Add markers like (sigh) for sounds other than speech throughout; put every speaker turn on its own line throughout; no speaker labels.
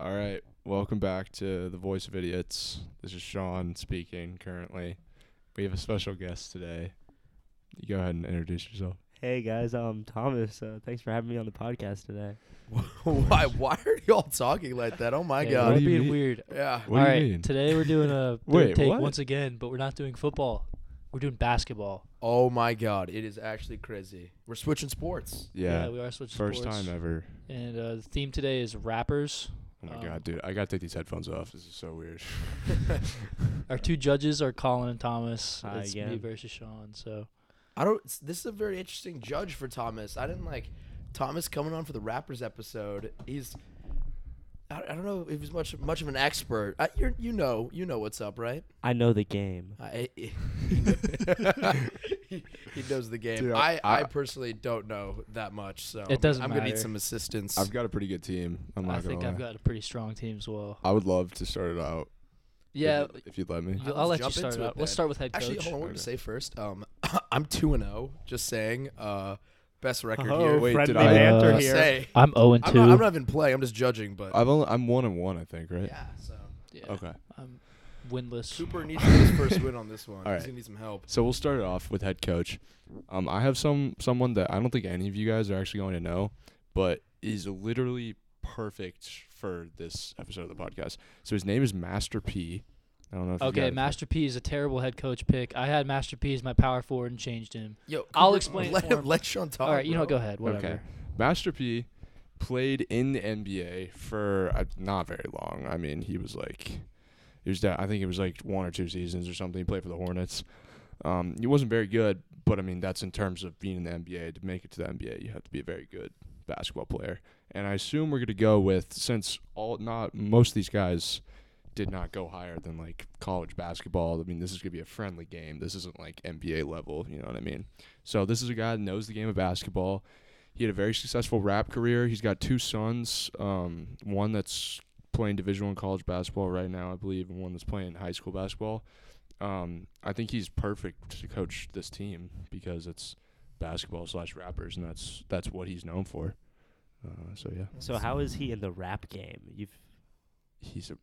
All right. Welcome back to The Voice of Idiots. This is Sean speaking currently. We have a special guest today. You go ahead and introduce yourself.
Hey guys, um, Thomas. Uh, thanks for having me on the podcast today.
(laughs) why? Why are y'all talking like that? Oh my
Yeah,
What do
we're
god!
you
being
mean?
weird.
Yeah.
What
All
do
right,
you mean?
today we're doing
(laughs)
a third
Wait,
take
what?
once again, but we're not doing football. We're doing basketball.
Oh my god! It is actually crazy. We're switching sports.
yeah.
we are switching
first
sports.
time ever.
And uh, the theme today is rappers.
Oh my
Um,
god, dude. I got to take these headphones off. This is so weird.
(laughs) Our two judges are Colin and Thomas.
Hi
it's me
again.
versus Sean. So
I don't. s- This is a very interesting judge for Thomas. I didn't like Thomas coming on for the rappers episode. He's. I, I don't know if he's much much of an expert. I, you're, you know you know what's up, right?
I know the game.
I, (laughs) he, he knows the game.
Dude, I-
I, I,
I-
personally don't know that much, so
It doesn't
I'm gonna need
matter.
some assistance.
I've got a pretty good team. I'm not
I
going
think
to
I've got a pretty strong team as well.
I would love to start it out. if
Yeah,
you- If you'd let me.
you- I'll
Let's jump
let you start it
into it
out. Let's
then.
start with head coach.
Actually, hold on. What to
Okay.
say first? Um, I'm two and zero. Just saying. Uh, best record
Oh,
here.
Wait,
friendly
did I-
banter
Uh,
Just
here.
say.
I'm 0 and 2.
I'm not, I'm not even playing. I'm just judging. But
I've only I'm 1 and 1, I think, right?
yeah. So
yeah,
Okay.
I'm winless.
Cooper needs to get his first win on this one.
All right.
He's gonna need some help.
So we'll start it off with head coach. Um, I have some someone that I don't think any of you guys are actually going to know, but is literally perfect for this episode of the podcast. So his name is Master P. I don't know. If you
Okay,
guys-
Master P is a terrible head coach pick. I had Master P as my power forward and changed him.
Yo,
I'll
Cooper,
explain it
Let
for
him.
him.
Let Sean talk.
All right, you know, what, go
bro.
ahead. Whatever.
Okay. Master P played in the NBA for uh, not very long. I mean, he was like, he was down, I think it was like one or two seasons or something. He played for the Hornets. Um, he wasn't very good, but I mean, that's in terms of being in the NBA. To make it to the NBA, you have to be a very good basketball player. And I assume we're gonna go with since all not most of these guys did not go higher than like college basketball. I mean, this is gonna be a friendly game. This isn't like NBA level. You know what I mean? So this is a guy that knows the game of basketball. He had a very successful rap career. He's got two sons, um, one that's playing Division One college basketball right now, I believe, and one that's playing high school basketball. Um, I think he's perfect to coach this team because it's basketball slash rappers, and that's that's what he's known for. Uh, so yeah,
So how is he in the rap game? You've
he's a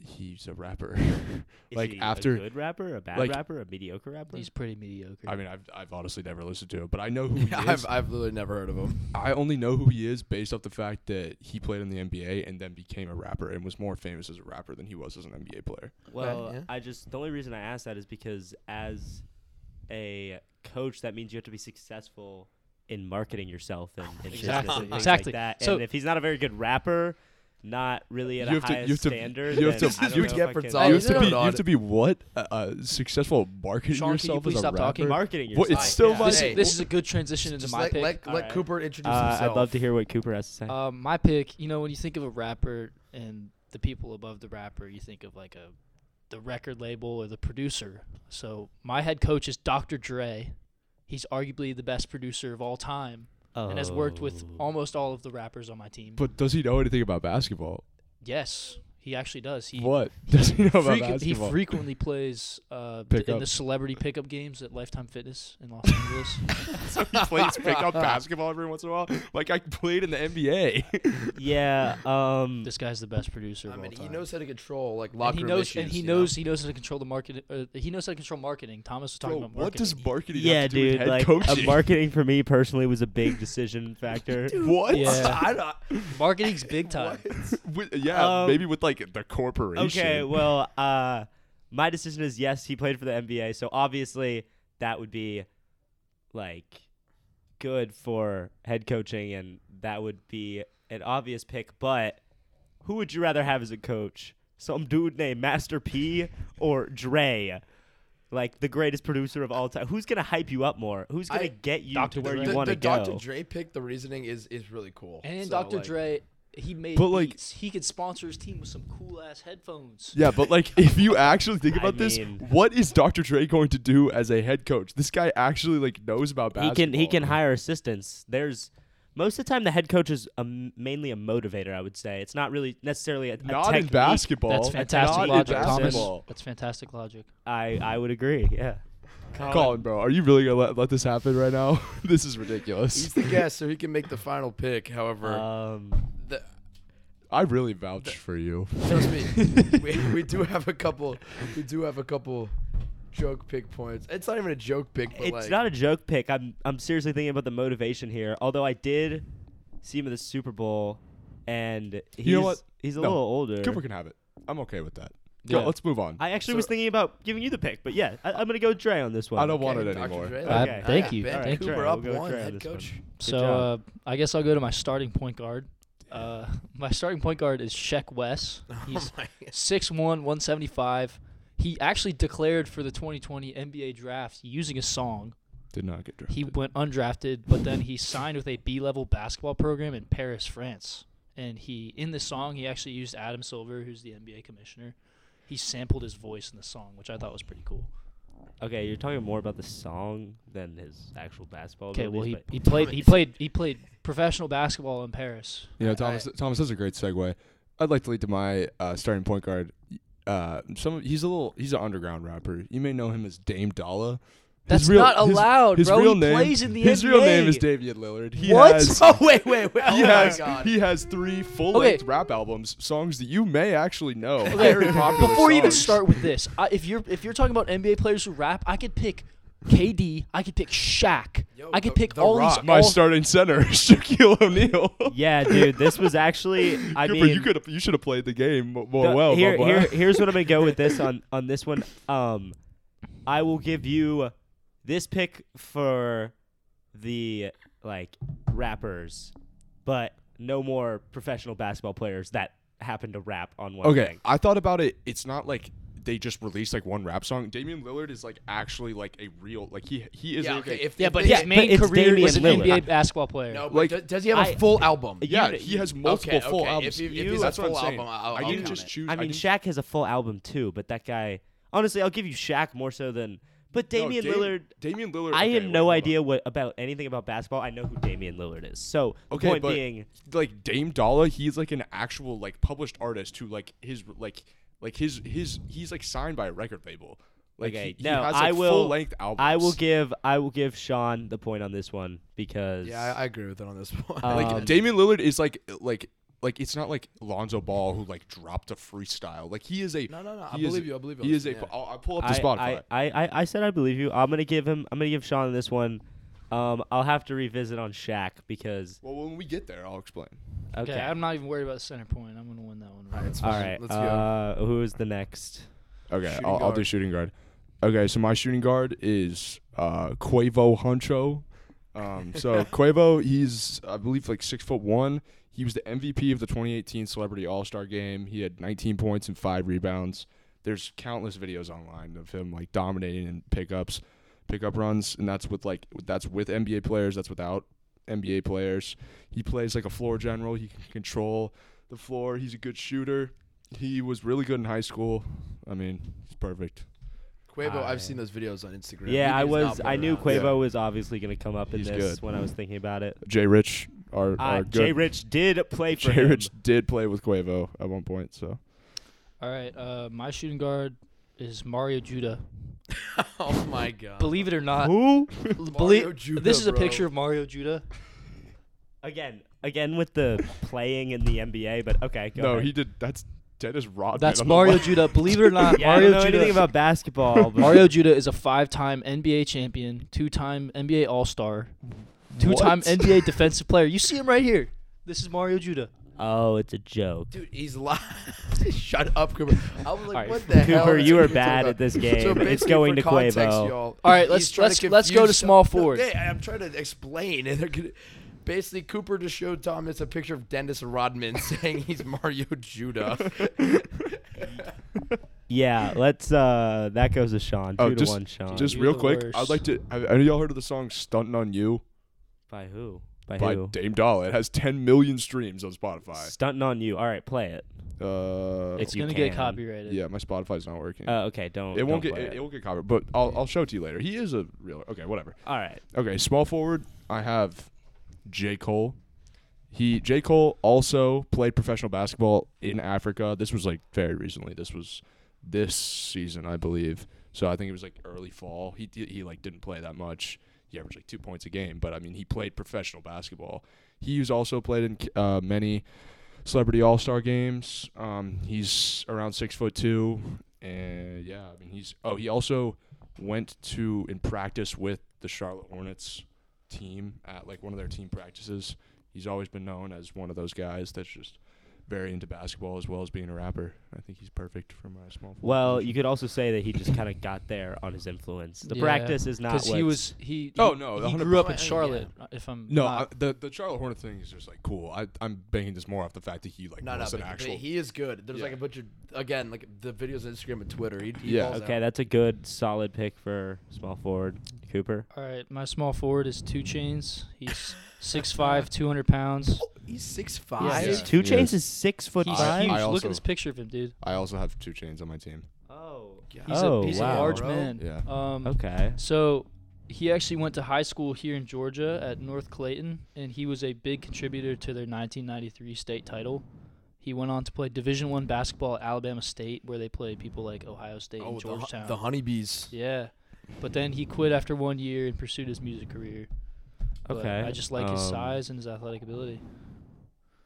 he's a rapper. (laughs)
is
Like,
he
after-
a good rapper, a bad
like-
rapper, a mediocre rapper.
He's pretty mediocre.
I mean, I've I've honestly never listened to it, but I know
(laughs)
who he
Yeah,
is.
I've I've literally never heard of him.
I only know who he is based off the fact that he played in the NBA and then became a rapper and was more famous as a rapper than he was as an NBA player.
well,
yeah.
I just the only reason I asked that is because as a coach, that means you have to be successful in marketing yourself and, and business
Exactly,
and things
exactly.
like that.
So-
and if he's not a very good rapper, not really at
You
a
have to- you
high
have to-
standard,
you have
then
to-
I don't
you
know if
have to get
I can-
Gonzalez Oh,
you,
you
have to
know
be,
it
you
on
have
it.
to be what? Uh, uh, successful at marketing
Sean, can you
yourself
please
as a
stop
rapper?
talking?
marketing
What,
yourself.
it's still
Yeah.
my
this,
Hey,
this is a good transition into
Just
my
let
pick.
let, let
Alright.
Cooper introduce
Uh,
himself.
I'd love to hear what Cooper has to say.
Um, my pick, you know, when you think of a rapper and the people above the rapper, you think of like a the record label or the producer. So my head coach is Dr. Dre. He's arguably the best producer of all time and has worked with almost all of the rappers on my team.
Oh. But does he know anything about basketball?
yes, he actually does. He
what (laughs) does he know about
frequ- he
basketball?
frequently plays uh,
Pick
in
up.
the celebrity pickup games at Lifetime Fitness in Los Angeles.
so (laughs) he plays
(laughs)
pickup basketball every once in a while. Like I played in the NBA.
(clears throat)
(laughs)
Yeah. Um,
this guy's the best producer. Of
I
all
mean, he
time.
knows how to control like
and
locker
he
room
knows,
issues.
and he
you
knows, he knows how to control the market. Or he knows how to control marketing. Thomas was talking
Bro,
about marketing.
what does marketing
yeah,
have to do with
dude.
head
Like
coaching?
uh, marketing for me personally was a big decision factor.
(laughs) what? (laughs)
Yeah.
I don't,
marketing's big time?
With- yeah,
Um,
maybe with like the corporation.
okay. Well, uh, my decision is yes. He played for the NBA, so obviously that would be like good for head coaching, and that would be an obvious pick. But who would you rather have as a coach? Some dude named Master P or Dre? Like the greatest producer of all time. Who's gonna hype you up more? Who's gonna
I-
get you
Dr.
to where
Dre.
you
the,
want
the
to go?
Dr. Dre pick, the reasoning is is really cool.
And
So,
Dr.
like,
Dre, he made
But, like-
beats. he could sponsor his team with some cool ass headphones.
Yeah, but
(laughs)
like if you actually think
I
about this,
mean-
what is Dr. Dre going to do as a head coach? This guy actually like knows about
he
basketball.
can he can hire assistants. There's most of the time the head coach is a, mainly a motivator. I would say it's not really necessarily a, a
not in
technique.
basketball.
That's
not
fantastic
in
logic, Thomas.
basketball.
That's fantastic logic.
I I would agree. Yeah.
Colin, bro, are you really gonna let, let this happen right now? (laughs) this is ridiculous.
He's the guest, so he can make the final pick. However,
Um.
the,
I really vouch for you. (laughs)
Trust me, we, we do have a couple. We do have a couple joke pick points. It's not even a joke pick, but
it's
like
not a joke pick. I'm I'm seriously thinking about the motivation here. Although I did see him at the Super Bowl, and he's
know what?
he's a
No.
little older.
Cooper can have it. I'm okay with that. Go,
Yeah.
let's move on. I,
I actually
So-
was thinking about giving you the pick, but yeah, I, I'm gonna go Dre on this one.
don't want
Okay,
it
Dr.
anymore.
Dre.
Uh,
Okay.
thank you.
Ben
thank you.
Alright,
Cooper up
we'll go with
one,
Dre on
head
this one.
coach.
So uh,
job.
I guess I'll go to my starting point guard. Uh, my starting point guard is
(laughs)
Sheck Wes. He's
(laughs) my God.
6'1", 175. He actually declared for the 2020 NBA draft using a song.
Did not get drafted.
He went undrafted, but then he signed with a B-level basketball program in Paris, France. And he in the song, he actually used Adam Silver, who's the NBA commissioner. He sampled his voice in the song, which I thought was pretty cool.
Okay, you're talking more about the song than his actual basketball.
Okay, well he,
abilities,
he played (laughs) he played he played professional basketball in Paris.
You know,
I-
Thomas. Thomas is a great segue. I'd like to lead to my uh, starting point guard. Uh, some he's a little he's an underground rapper. You may know him as Dame Dalla. His
That's not
his-
allowed,
his
bro.
real
He
name,
plays in the
His real name
NBA.
is Davian Lillard. He
What? (laughs)
Has,
Oh wait, wait, wait!
he
oh
has
my god!
he has three full length rap albums, songs that you may actually know.
Okay, (laughs)
Very popular
Before you even
songs.
start with this, I, if you're if you're talking about NBA players who rap, I could pick KD, I could pick Shaq,
Yo,
I could
The-
pick
The
all
Rock.
these.
my
all-
starting center, (laughs) Shaquille O'Neal.
but- yeah, dude, this was actually. I
Cooper,
mean,
you could you should have played the game mo- more
the-
well. my
here,
boy. (laughs)
here, here's what I'm gonna go with this on on this one. Um, I will give you this pick for the like rappers, but no more professional basketball players that happen to rap on one.
Okay,
thing.
I thought about it. It's not like they just released like one rap song. Damian Lillard is like actually like a real like he he is
Yeah,
like
okay.
a-
If,
yeah,
if
but
they-
his main
it's
career
Damian
was an
Lillard.
NBA basketball player.
no, but
like-
do- does he have a
I-
full album?
yeah,
You-
he has multiple
okay,
full
okay. If
albums.
he- if
he's
that's
a
what I'm
full
saying.
album, I'll-
I
I'll
didn't
count
just
it.
choose.
I mean,
didn't-
Shaq has a full album too, but that guy. Honestly, I'll give you Shaq more so than. But
no,
Damian
Dam-
Lillard.
Damian Lillard.
I
okay,
had
wait,
no
hold on.
idea what about anything about basketball. I know who Damian Lillard is. So the
Okay,
point
but-
being,
Like Dame Dalla, he's like an actual like published artist who like his like like his his he's like signed by a record label. Like
okay,
he,
no,
he has
I
like
will.
full length albums.
I will give I will give Sean the point on this one because
Yeah, I, I agree with it on this (laughs) one.
Uh,
Like
Um,
Damian Lillard is like like like it's not like Lonzo Ball who like dropped a freestyle. Like he is a
No, no, no, I
he is
believe
a-
you, I believe you
He
on
is a.
this, yeah.
I'll, I'll pull up the
I,
Spotify.
I, I, I, I said I believe you. I'm gonna give him. I'm gonna give Sean this one. Um, I'll have to revisit on Shaq because
well, when we get there, I'll explain.
okay.
Okay, I'm not even worried about the center point. I'm gonna win that one.
Alright, it's
All
fine.
right.
Let's go.
uh, Who is the next?
Okay,
Shooting
I'll, I'll do
guard.
shooting guard. Okay, so my shooting guard is uh, Quavo Huncho. Um, so (laughs) Quavo, he's I believe like six foot one. He was the MVP of the 2018 Celebrity All Star Game. He had 19 points and five rebounds. There's countless videos online of him like dominating in pickups, pickup runs, and that's with like that's with NBA players. That's without NBA players. He plays like a floor general. He can control the floor. He's a good shooter. He was really good in high school. I mean, he's perfect.
Quavo,
I-
I've seen those videos on Instagram.
Yeah,
He
I
does not
was.
play
I knew
around.
Quavo
Yeah.
was obviously gonna come up in
He's
this
good.
when I was thinking about it.
Jay Rich, our,
Uh,
our
Jay
good-
Rich did play for
(laughs) Jay
him.
Rich did play with Quavo at one point, so
All right, uh, my shooting guard is Mario Judah.
(laughs) Oh my god.
Believe it or not,
Uh, Who? (laughs)
Mario
believe
Judah,
this is a
bro.
picture of Mario Judah.
Again, again with the playing in the NBA, but okay. Go
no,
ahead.
he did. That's Dennis Rodman.
That's
I'm not
Mario
lying.
Judah. Believe it or
(laughs)
not,
Yeah, I
Mario
don't know anything
Judah. (laughs)
(laughs)
about basketball. But
Mario Judah is a five-time NBA champion, two-time NBA All-Star, two-time
What?
NBA Defensive Player. You see him right here. This is Mario Judah.
oh, it's a joke.
Dude, he's lying. (laughs) Shut up, Cooper. I was like,
right,
what the hell?
Cooper,
is
you are
Cooper talking
bad
about?
at this game.
So
It's
basically,
going
for
to
context,
Quavo.
Y'all,
All right, let's-
he's trying
let's- let's go to
confuse
small
Tom- No, (laughs)
forward.
hey, I'm trying to explain. (laughs) And they're gonna, basically, Cooper just showed Thomas a picture of Dennis Rodman (laughs) saying he's Mario Judah.
Yeah, let's. uh That goes to Sean. Two
Oh,
to
just-
one, Sean.
Just
You're
real
the
quick, I'd
worst.
like to. Have, have y'all heard of the song "Stunting on You"
by who? By,
by
who?
Dame Dollar? It has 10 million streams on Spotify.
Stunting on you. All right, play it.
Uh,
It's
you
gonna
can.
get copyrighted.
yeah, my Spotify's not working.
Uh, okay, don't.
it won't
don't
get.
play
It, it won't get covered, but I'll I'll show it to you later. He is a real. Okay, whatever.
All right.
Okay, small forward. I have J. Cole. He J. Cole also played professional basketball in Africa. This was like very recently. This was this season, I believe. So I think it was like early fall. He di- he like didn't play that much. He averaged like two points a game, but I mean he played professional basketball. He's also played in uh, many celebrity all star games. Um, he's around six foot two, and yeah, I mean he's. Oh, he also went to and practiced with the Charlotte Hornets team at like one of their team practices. He's always been known as one of those guys that's just very into basketball as well as being a rapper. I think he's perfect for my small. forward
Well,
position.
you could also say that he just kind of got there on his influence. The
Yeah.
practice is not
because
what
he was he.
Oh,
he-
no,
he
100%
grew up in
yeah.
Charlotte. If I'm
uh,
No, I,
not-
the the Charlotte Hornet thing is just like cool. I I'm banking this more off the fact that he like
(laughs) Not up.
was an
but
actual.
He is good. There's like
Yeah.
a bunch of again like the videos on Instagram and Twitter. He, he
Yeah.
balls
Okay,
out.
that's a good solid pick for small forward Cooper.
all right, my small forward is Two Chains.
(laughs)
He's 6'5", 200 pounds.
Oh, He's six
Yeah.
five.
He's
Two
Yes.
Chains is six foot
He's
I-
five.
huge.
I
Look
also-
at this picture of him, dude.
I also have two chains on my team.
oh,
He's
Oh,
a he's
wow.
a large
Bro.
man.
Yeah.
Um,
okay.
So he actually went to high school here in Georgia at North Clayton, and he was a big contributor to their 1993 state title. He went on to play Division One basketball at Alabama State, where they play people like Ohio State
Oh,
and
the,
Georgetown.
hu- the honeybees.
yeah, but then he quit after one year and pursued his music career. But
Okay,
I just like his
um,
size and his athletic ability.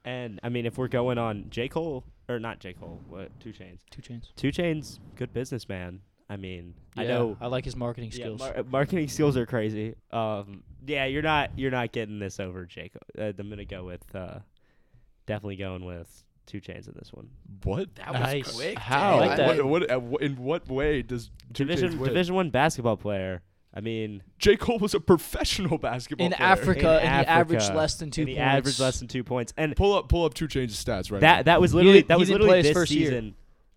And I mean, if we're going on J Cole or not J Cole, what Two Chains?
Two chains.
Two Chains, good businessman. I mean, I
Yeah,
know
I like his marketing
yeah,
skills.
mar- marketing skills are crazy. Um, yeah, you're not you're not getting this over J Cole. Uh, I'm gonna go with uh, definitely going with Two Chains in this one.
What?
That was
Nice.
quick.
How?
I like that.
What, what, at what- in what way does two
division
chains win?
Division One basketball player. I mean,
J Cole was a professional basketball
in
player.
Africa,
in
and he averaged
Africa,
less than two
and he
points.
averaged less than two points, and
Pull up, pull up two chains stats right
that
now.
that was literally
didn't-
that
he
was
didn't
literally
play his
this
first year.
season.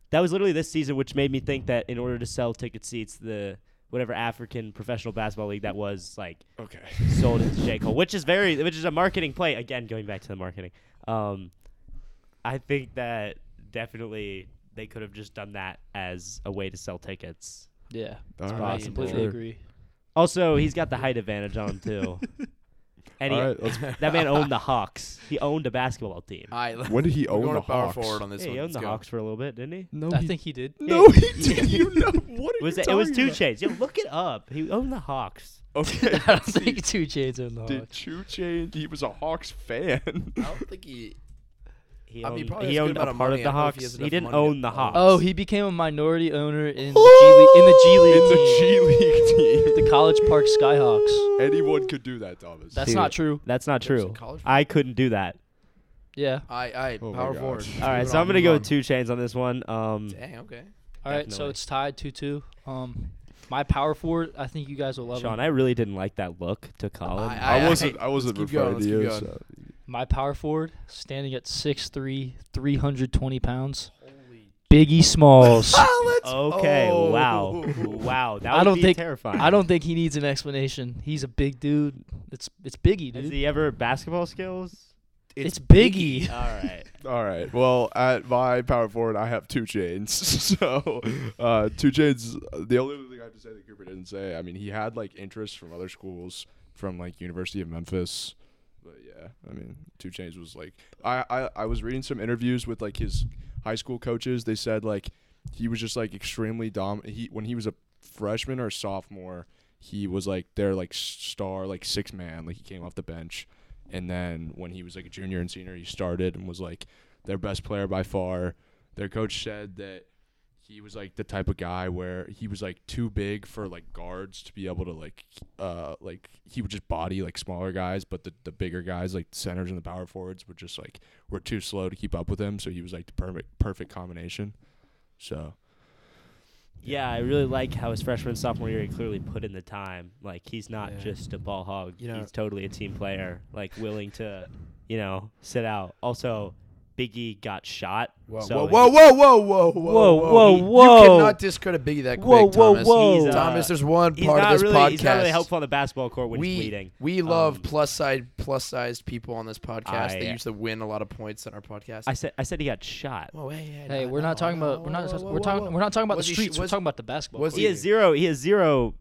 That was literally this season, which made me think that in order to sell ticket seats, the whatever African professional basketball league that was like
okay.
sold it to J Cole, which is very which is a marketing play. Again, going back to the marketing, um, I think that definitely they could have just done that as a way to sell tickets.
Yeah,
All
I
right,
completely
sure.
agree.
Also, he's got the height advantage on him
(laughs)
too. And he,
All right, let's-
(laughs) that man owned the Hawks. He owned a basketball team.
All right, (laughs)
When did he
we're
own
going
the
to power
Hawks?
forward on this
Yeah,
one.
he owned
Let's
the
go.
Hawks for a little bit, didn't he?
No,
I
he,
think he did.
no, he
Yeah.
did. You know what? Are
It was
you
it was
talking
two
about?
chains. Yo, look it up. He owned the Hawks.
Okay.
(laughs) I
(laughs)
don't think two chains in the
Oh,
Did
Hawks.
two chains? He was a Hawks fan.
I don't think he.
He
I mean,
owned,
he probably
he
has a good
owned a
amount
part
of money.
of the
I don't know if he
Hawks.
has
He
enough
didn't
money to
own the
own.
Hawks.
Oh, he became a minority owner in the
(gasps)
G League, in the G League
in the
team.
G League team.
the College Park Skyhawks.
Anyone could do that, Thomas.
That's not
Dude.
true.
That's not
There's a
true.
college-
I couldn't do that.
Yeah.
I, I,
Oh my
power
God.
forward.
All
All right,
Moving
so
on,
I'm gonna
moving
go
on.
with two chains on this one. Um,
Dang, okay.
All right, so
Definitely.
it's tied 2-2. Um my power forward, I think you guys will love
Sean,
him.
I really didn't like that look to Colin.
I-
I
I-
wasn't. I wasn't
let's keep
referring
going,
to you.
let's keep
so-
My power forward standing at 6'3", 320 pounds.
(laughs)
Biggie Smalls.
okay, wow,
oh.
wow, that
I
would
don't
be
think-
terrifying.
I don't think he needs an explanation. He's a big dude. It's it's Biggie,
Has
dude.
he ever basketball skills?
(laughs) It's, Biggie.
All right.
All right. Well, at my power forward, I have two chains. (laughs) so, uh, two chains. The only other thing I have to say that Cooper didn't say. I mean, he had like interest from other schools, from like University of Memphis. But yeah, I mean, two chains was like I, I I was reading some interviews with like his high school coaches. They said like he was just like extremely dom. He when he was a freshman or sophomore, he was like their like star like six man. Like he came off the bench. And then when he was like a junior and senior, he started and was like their best player by far. Their coach said that he was like the type of guy where he was like too big for like guards to be able to like uh like he would just body like smaller guys, but the, the bigger guys like centers and the power forwards were just like were too slow to keep up with him. So he was like the perfect perfect combination. So
Yeah, I really like how his freshman sophomore year he clearly put in the time. Like he's not
Yeah.
just a ball hog.
You know-
he's totally a team player. Like willing to, you know, sit out. Also, Biggie got shot.
Whoa,
so
whoa, whoa, whoa, whoa, whoa,
whoa,
You-
whoa.
You cannot discredit Biggie that quick,
Whoa, whoa,
Thomas.
whoa. He's, uh,
Thomas, there's one
He's
part
not
of this
really.
podcast.
He's not really helpful on the basketball court when
we
he's bleeding.
we love
Um,
plus side plus sized people on this podcast.
I-
they usually win a lot of points on our podcast.
I said. I said he got shot.
Whoa, hey, hey,
Hey,
no,
we're
no,
not talking
no,
about we're not
whoa, whoa,
we're
whoa,
talking
whoa.
we're not talking about
Was
the
he sh-
streets. We're
was-
talking about the basketball.
was
court.
He has zero. He has zero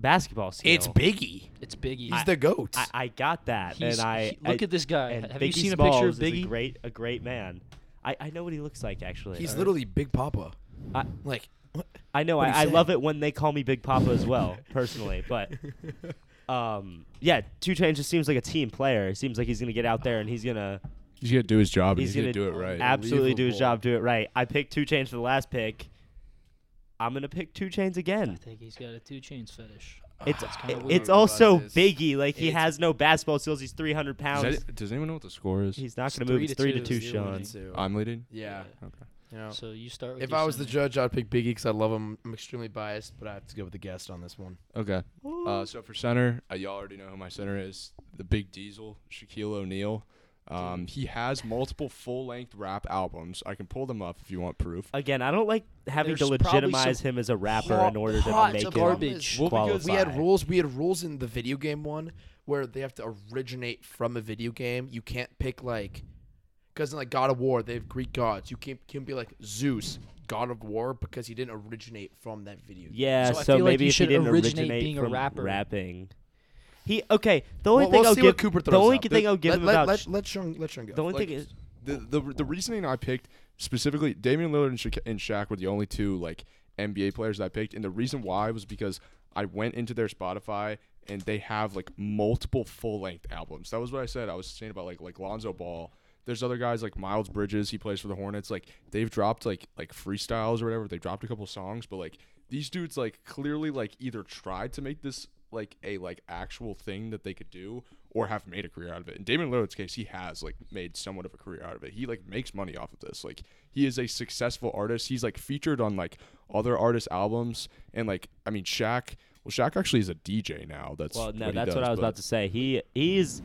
basketball skill.
It's Biggie.
It's E. Biggie.
He's the goat.
I, I got that,
He's-
and I
he-
I-
look at this guy.
and
Have you
Biggie
seen a
Smalls
picture of
is
Biggie?
A great, a great man. I, I know what he looks like actually.
he's
All right.
literally Big Papa.
I-
like, what?
I know.
What
I,
he
I
said.
love it when they call me Big Papa as well, personally.
(laughs)
(laughs) But um, yeah, Two Chainz just seems like a team player. It seems like he's gonna get out there and he's gonna
He's gonna do his job. and
He's
He's, gonna,
gonna
do it right.
Absolutely do his
Unbelievable.
job, do it right. I picked two chains for the last pick. I'm gonna pick two chains
I
again.
think he's got a two chains fetish.
It's
That's kinda
it-
weird
it's
about
also
this.
Biggie. Like he
It's-
has no basketball skills. He's 300
Does,
pounds.
that- does anyone know what the score is?
He's not
It's
gonna move.
three
It's
to
three
two.
to two,
Zero
Sean.
to
I'm leading.
Yeah.
Okay.
You know,
So you start with
if
your
I was the
Sunday.
judge, I'd pick Biggie because I love him. I'm extremely biased, but I have to go with the guest on this one.
Okay. Uh, so for center, uh, y'all already know who my center is. The Big Diesel, Shaquille O'Neal. Um, he has multiple full-length rap albums. I can pull them up if you want proof.
Again, I don't like having to
There's probably
legitimize him as a rapper in order to
hot
make him
garbage.
qualify.
Well, because
We had rules. We had rules in the video game one where they have to originate from a video game. You can't pick like, because in like God of War, they have Greek gods. You can't can be like Zeus, God of War, because he didn't originate from that video. game.
Yeah,
So
so,
I feel like
maybe
you
if he
should
didn't
originate
originate
being a
from
rapper.
rapping, he okay. The only
We'll-
thing
we'll
I'll
see
give
what Cooper
the
throws
only
up.
thing I'll give
Let
him
let
about
let let Sean let Sean go. (laughs)
the only
Like,
thing is
The the the reasoning I picked specifically, Damian Lillard and, Sha- and Shaq were the only two like NBA players that I picked, and the reason why was because I went into their Spotify and they have like multiple full-length albums. That was what I said. I was saying about like like Lonzo Ball. There's other guys like Miles Bridges. He plays for the Hornets. Like they've dropped like like freestyles or whatever. They dropped a couple songs, but like these dudes like clearly like either tried to make this like a like actual thing that they could do or have made a career out of it. In Damon Lillard's case, he has like made somewhat of a career out of it. He like makes money off of this. Like he is a successful artist. He's like featured on like other artists' albums and like I mean Shaq. Well, Shaq actually is a DJ now. That's
well, no,
what he
that's
does,
what I was
but-
about to say. He he's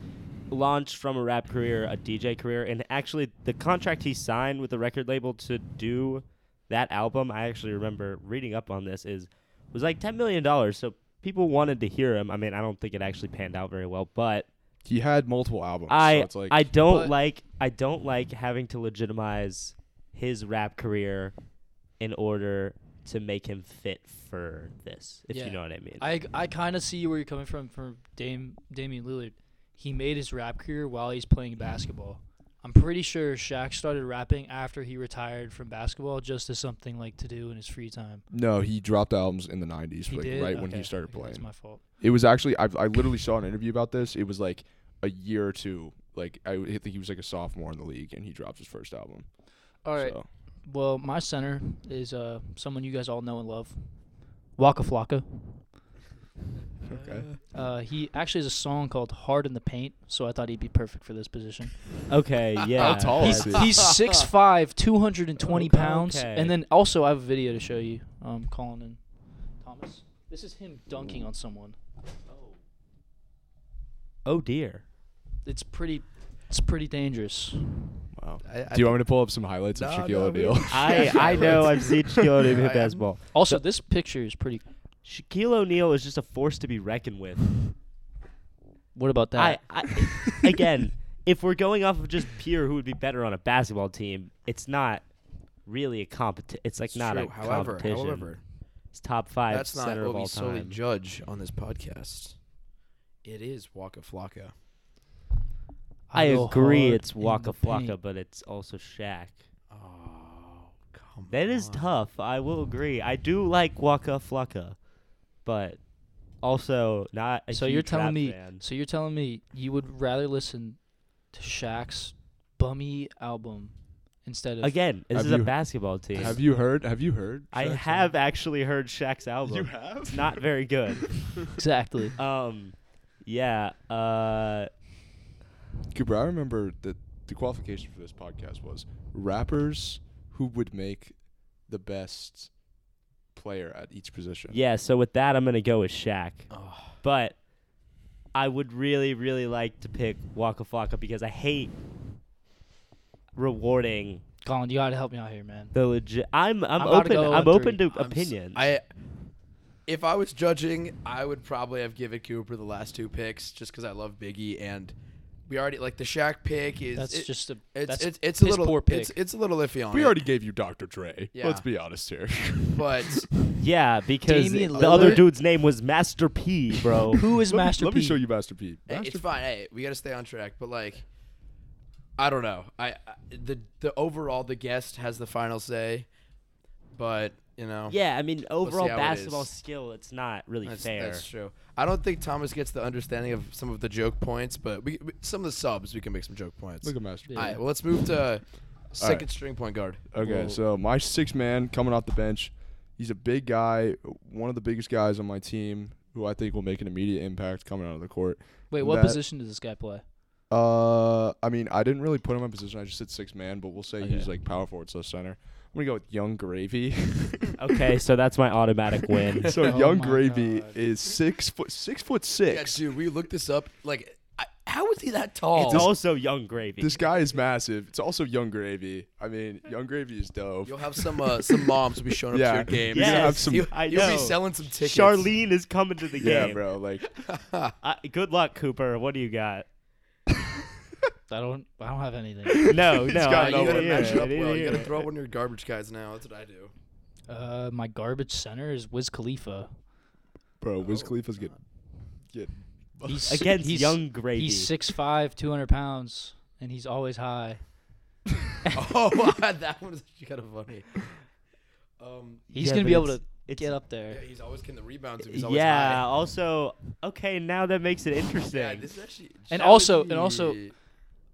launched from a rap career, a DJ career, and actually the contract he signed with the record label to do that album, I actually remember reading up on this is was like ten million dollars. So people wanted to hear him. I mean, I don't think it actually panned out very well, but
He had multiple albums. so
I
it's like
I don't
But-
like I don't like having to legitimize his rap career in order to make him fit for this. If
Yeah.
you know what I mean.
I I kind of see where you're coming from from Dame Damian Lillard. He made his rap career while he's playing basketball. I'm pretty sure Shaq started rapping after he retired from basketball just as something like to do in his free time.
no. He dropped albums in the '90s,
He
like
did?
right when
Okay,
he started
okay,
playing.
That's my fault.
It was actually I I literally saw an interview about this. It was like a year or two. Like I think he was like a sophomore in the league, and he dropped his first album.
All right.
So.
Well, my center is uh someone you guys all know and love, Waka Flocka.
Okay.
Uh, he actually has a song called "Hard in the Paint," so I thought he'd be perfect for this position.
okay,
(laughs)
yeah.
How tall is
He's,
he?
that's-
he's 6'5", 220
Okay.
pounds. And then also I have a video to show you, um, Colin and Thomas. This is him dunking on someone.
Oh dear.
It's pretty it's pretty dangerous.
Wow.
I- I
Do you want me to pull up some highlights of
No,
Shaquille
no, we- (laughs)
O'Neal?
I I know I've seen Shaquille O'Neal hit basketball.
Also, this picture is pretty
Shaquille O'Neal is just a force to be reckoned with.
What about
I,
that?
I again, if we're going off of just pure who would be better on a basketball team, it's not really a competition. It's like
It's
not
true.
a
however,
competition.
however,
He's top five
that's not
center
what
of
we
all
solely
time.
judge on this podcast. It is Waka Flocka.
I
go
agree.
hard
It's
in
Waka
the paint.
Flocka, but it's also Shaq.
Oh, come
That is tough. I will agree. I do like Waka Flocka, but also not. A
So you're
huge
telling
rap
me
fan.
so you're telling me you would rather listen to Shaq's bummy album instead of
again? This
Have
is a
you-
basketball team.
have you heard? Have you heard?
I
Shaq's
have actually heard
(laughs)
Shaq's album.
album? You have.
It's not very good.
Exactly.
um, yeah. Uh,
Cooper, I remember that the qualification for this podcast was rappers who would make the best player at each position.
yeah. So with that, I'm gonna go with Shaq.
Oh.
But I would really, really like to pick Waka Flocka because I hate rewarding
Colin, you gotta help me out here, man.
the legit. I'm I'm,
I'm about
open.
to go
I'm
on
open
three.
to
I'm s-
opinions.
I, if I was judging, I would probably have given Cooper the last two picks just because I love Biggie and we already like the Shaq pick is
That's
it-
just a
it's
that's
it's, it's a
piss
little
poor pick.
It's, it's a little iffy on
We
it,
already gave you Dr. Dre.
Yeah.
Let's be honest here.
but
yeah, because
Damian
the other
Lillard-
dude dude's name was Master P, bro.
(laughs) Who is
let me-
Master
let
P?
me show you Master P.
hey,
Master
it's fine. Hey, we got to stay on track. But like, I don't know. I, I the the overall the guest has the final say, but You know.
Yeah, I mean overall
how it
basketball
is.
skill, it's not really
That's,
fair.
that's true. I don't think Thomas gets the understanding of some of the joke points, but we, we some of the subs we can make some joke points.
Look at Master.
Yeah.
All right, well let's move to second string point guard.
Okay,
Whoa.
so my sixth man coming off the bench, he's a big guy, one of the biggest guys on my team, who I think will make an immediate impact coming out of the court.
Wait, what
That-
position does this guy play?
Uh, I mean, I didn't really put him in position. I just said six man, but we'll say he's
Okay.
like power forward slash center. I'm gonna go with Young Gravy.
okay, so that's my
(laughs)
automatic win.
so
Oh
Young
my
Gravy
God.
is six foot six foot six.
Yeah, dude, we looked this up. Like, I, how is he that tall?
It's also young gravy.
this guy is massive. It's also Young Gravy. I mean, Young Gravy is dope.
You'll have some uh, some moms will be showing up
Yeah.
to your game.
Yes.
Yes,
have some-
You,
I
you'll
know.
be selling some tickets.
Charlene is coming to the
(laughs) yeah,
game.
bro. Like,
I- good luck, Cooper. What do you
(laughs)
got?
I don't. I don't have anything.
(laughs)
No,
He's
no.
got
Uh,
I
no
didn't
you gotta
one.
hear
match it
it, I
up
didn't
well. You
hear
gotta
it.
throw out one of your garbage guys now. That's what
(laughs)
I do.
Uh, my garbage center is Wiz Khalifa.
bro, Wiz
Oh,
Khalifa's get get
He's
Against
he's,
young gravy.
He's 6'5", 200 pounds, and he's always high.
oh, (laughs) that one's kind of funny. Um,
He's
Yeah,
gonna
but
be able
it's-
to
it's-
get up
yeah,
there.
he's always getting the rebounds. If he's always
yeah.
high.
Also, okay. Now that makes it interesting.
Yeah, this is actually.
And
that
also-
would
and also-
be-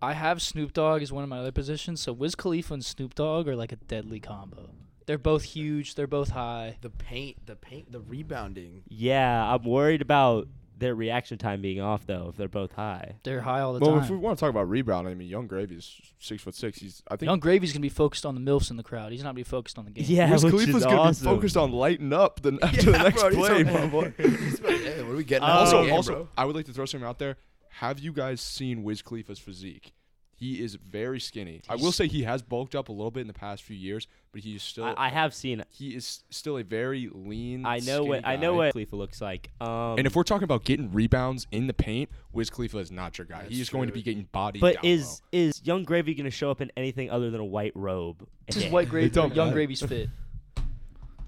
I have Snoop Dogg as one of my other positions, so Wiz Khalifa and Snoop Dogg are like a deadly combo. They're both huge. They're both high.
the paint, the paint,
(laughs)
the rebounding.
yeah, I'm worried about their reaction time being off though. If they're both high.
They're high all the
Well,
time.
if we want to talk about rebounding, I mean, Young Gravy's six foot six. He's I think
Young Gravy's gonna be focused on the milfs in the crowd. He's not gonna be focused on the game.
Yeah,
Wiz
which
Khalifa's
is
gonna
awesome.
be focused on lighting up the, after the
Yeah,
next
bro, he's
play,
on-
my boy.
He's about, hey, what are we getting?
Um,
out of this
also,
game,
also,
bro?
I would like to throw something out there. Have you guys seen Wiz Khalifa's physique? He is very skinny. I will
He's-
say he has bulked up a little bit in the past few years, but he is still
(laughs) I, I have seen.
he is still a very lean.
I know what
skinny
I know
guy.
what Khalifa looks like. Um,
And if we're talking about getting rebounds in the paint, Wiz Khalifa is not your guy. He
That's
is going to
true.
be getting bodied.
but
down
is is Young Gravy gonna show up in anything other than a white robe?
This is
Yeah.
what Gravy,
don't
Young
matter.
Gravy's fit.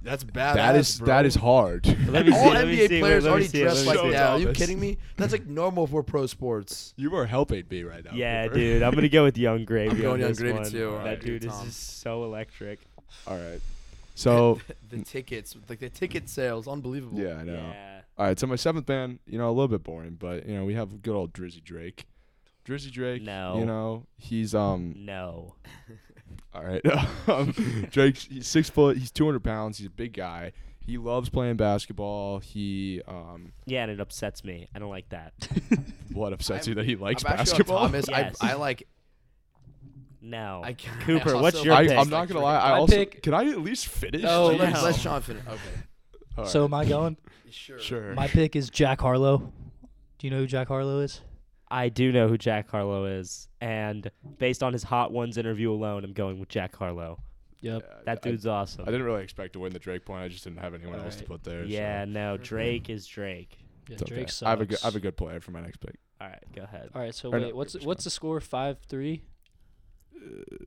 that's
low.
bad.
that is that is hard.
Let
(laughs)
me see.
All
let me
NBA
see,
players
let me
already
see it, let
dress like
me see
Show
it.
that. Are you
Thomas.
kidding me? That's like normal for
(laughs)
pro sports.
you are helping me right now.
Yeah,
Cooper.
dude, I'm gonna go with Young Gravy.
going
on
Young
this
Gravy
one.
too.
That
Alright,
dude
good
is
Tom.
just so electric.
All (laughs) right.
(laughs)
So
the tickets, like the ticket sales, unbelievable.
yeah, I know.
Yeah.
All right, so my seventh band, you know, a little bit boring, but you know, we have good old Drizzy Drake. Drizzy Drake,
No. Mm.
you know, he's um,
No.
all right, (laughs) um, Drake's he's six foot, he's two hundred pounds, he's a big guy. He loves playing basketball. He um,
Yeah, and it upsets me. I don't like that.
what upsets you
I'm-
that he likes
I'm actually on
basketball?
Thomas,
Yes.
I, I like.
No.
I can't-
Cooper,
I
what's
also-
(laughs)
your
I,
pick?
I'm not gonna lie. I
My
also
pick-
can I at least finish?
Oh,
let,
Jeez.
no.
let Sean finish. Okay.
(laughs) All right,
So am I going?
Sure.
sure.
My pick is Jack Harlow. Do you know who Jack Harlow is?
I do know who Jack Harlow is, and based on his Hot Ones interview alone, I'm going with Jack Harlow.
Yep.
Yeah,
That
I,
dude's awesome.
I didn't really expect to win the Drake point. I just didn't have anyone else to
Alright.
put there. so
yeah, no, Drake is Drake.
Yeah,
it's okay.
Drake sucks.
I have a good, I have a good player for my next pick.
All right, go ahead.
All right, so
Or no,
wait, what's
Drake
what's the score? Five three,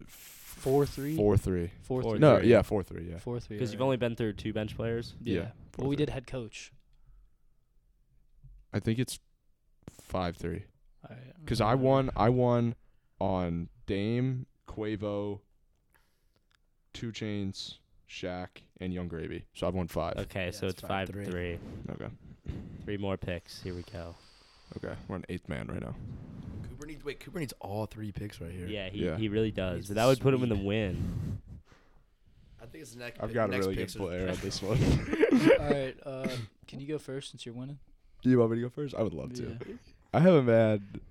four three,
Four three.
four
four
three,
No,
three.
yeah, four three. Yeah.
four three.
Because you've
alright.
only been through two bench players.
yeah,
yeah.
four
Well, we
three.
did head coach.
I think it's five three.
All right.
(laughs) Because I won, I won on Dame, Quavo, Two Chains, Shaq, and Young Gravy. So I've won five.
Okay,
Yeah,
so
it's
it's five three.
five-three.
Three
Okay.
more picks. Here we go.
Okay. We're an eighth man right now.
Cooper needs. Wait, Cooper needs all three picks right here.
Yeah, he,
Yeah.
he really does.
He's
But
the
that would put him in the
sweep.
win.
I think it's next.
I've got a
next
really good
picks are-
player on (laughs) this one.
All right. Uh,
(laughs)
can you go first since you're winning?
you want me to go first? I would love to.
Yeah.
I have a man.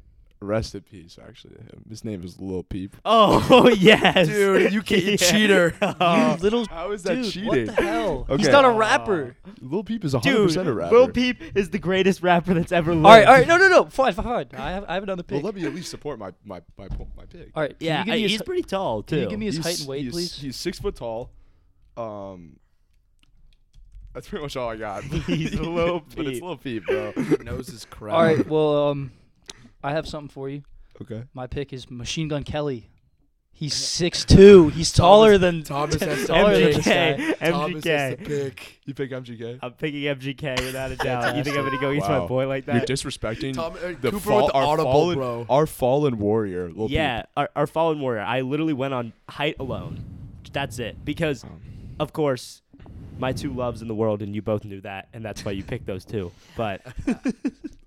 Rest in peace. Actually, to him. his name is Lil Peep.
Oh (laughs) yes,
Dude, you can't-
(laughs)
you
Yeah.
cheater.
Oh.
(laughs)
you little
How is that
dude!
cheating?
What the hell?
Okay.
He's not a rapper.
Lil Peep is 100%
Dude,
a rapper.
Lil Peep is the greatest rapper that's ever lived.
all right, all right. No, no, no. Fine, fine, fine. I have I have another
Well,
pick.
let me at least support my my my, po- my pick.
all right. Can
Yeah,
You give
I-
me his
he's
hi-
pretty tall too.
can you give me his height
He's-
and weight,
he's-
please?
He's six foot tall. Um, that's pretty much all I got. (laughs)
(laughs) He's a little
but it's
peep.
little peep, bro.
(laughs) Nose is crap.
All right. Well, um, I have something for you.
(laughs) okay.
My pick is Machine Gun Kelly. He's six two. He's taller than
Thomas
(laughs)
has
taller than
MJK.
this guy.
MGK,
(laughs) Thomas is the
MGK.
(laughs)
pick.
You pick MGK.
(laughs) I'm picking MGK without a doubt. you think I'm gonna go against my
Wow.
boy like
You're
that?
disrespecting
Tom, uh,
the,
Cooper
fall,
with the
our
audible,
fallen,
bro.
our fallen warrior. Lil
yeah, our, our fallen warrior. I literally went on height alone. That's it because,
Peep. Um,
of course, my two loves in the world, and you both knew that, and that's why you picked those two. But
(laughs)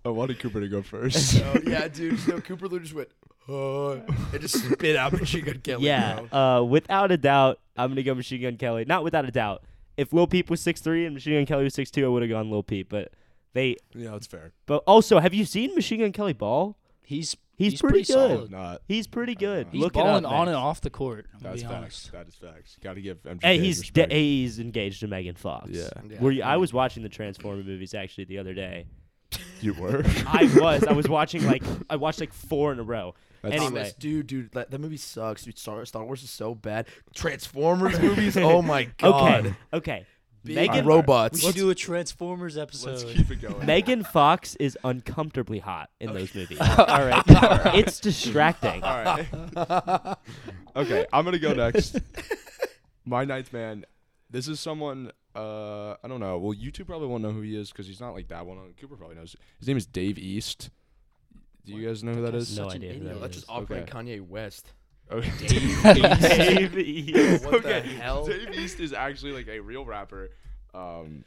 I wanted Cooper to go
(laughs)
first.
So, Uh, oh, yeah, dude. So Cooper Lou just went, oh, and just spit out Machine
(laughs)
Gun Kelly.
yeah,
bro.
uh, without a doubt, I'm gonna go Machine Gun Kelly. Not without a doubt. If Lil Peep was six three and Machine Gun Kelly was six two, I would have gone Lil Peep. But they.
(laughs) yeah, that's fair.
But also, have you seen Machine Gun Kelly ball?
He's
He's pretty
pretty,
good.
I'm
solid.
not.
He's pretty good.
Uh, He's
Look it
balling
up,
on
Max.
and off the court. I'm gonna
That's
be
facts.
honest.
That is facts. Got to give MGK
Hey, he's de-
respect.
he's engaged to Megan Fox.
Yeah.
Yeah.
Were you, I was watching the Transformer movies actually the other day.
you
(laughs)
were.
I was. I was watching like I watched like four in a row.
That's-
anyway,
Thomas, dude, dude, that, that movie sucks. Dude, Star, Star Wars is so bad. Transformers
(laughs)
movies, oh my god.
okay, okay.
Big
Megan
We
robots.
should do a Transformers episode.
it going.
Megan Fox is uncomfortably hot in those
(laughs)
movies. All right, it's distracting.
All right. okay, I'm gonna go next. My ninth man. This is someone. Uh, I don't know. Well, you two probably won't know who he is because he's not like that one. Cooper probably knows. His name is Dave East. Do you guys know who that
That's
is?
No
such an
idea who
idiot.
that
Let's just operate
Okay. (laughs)
Kanye West.
Okay. (laughs)
(laughs) Dave East.
What
okay.
the
(laughs)
hell?
Dave East is actually like a real rapper. Um,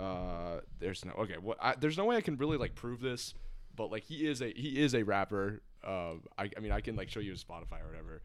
uh, there's no okay. What I, there's no way I can really like prove this, but like he is a he is a rapper. Um, I, I mean I can like show you his Spotify or whatever.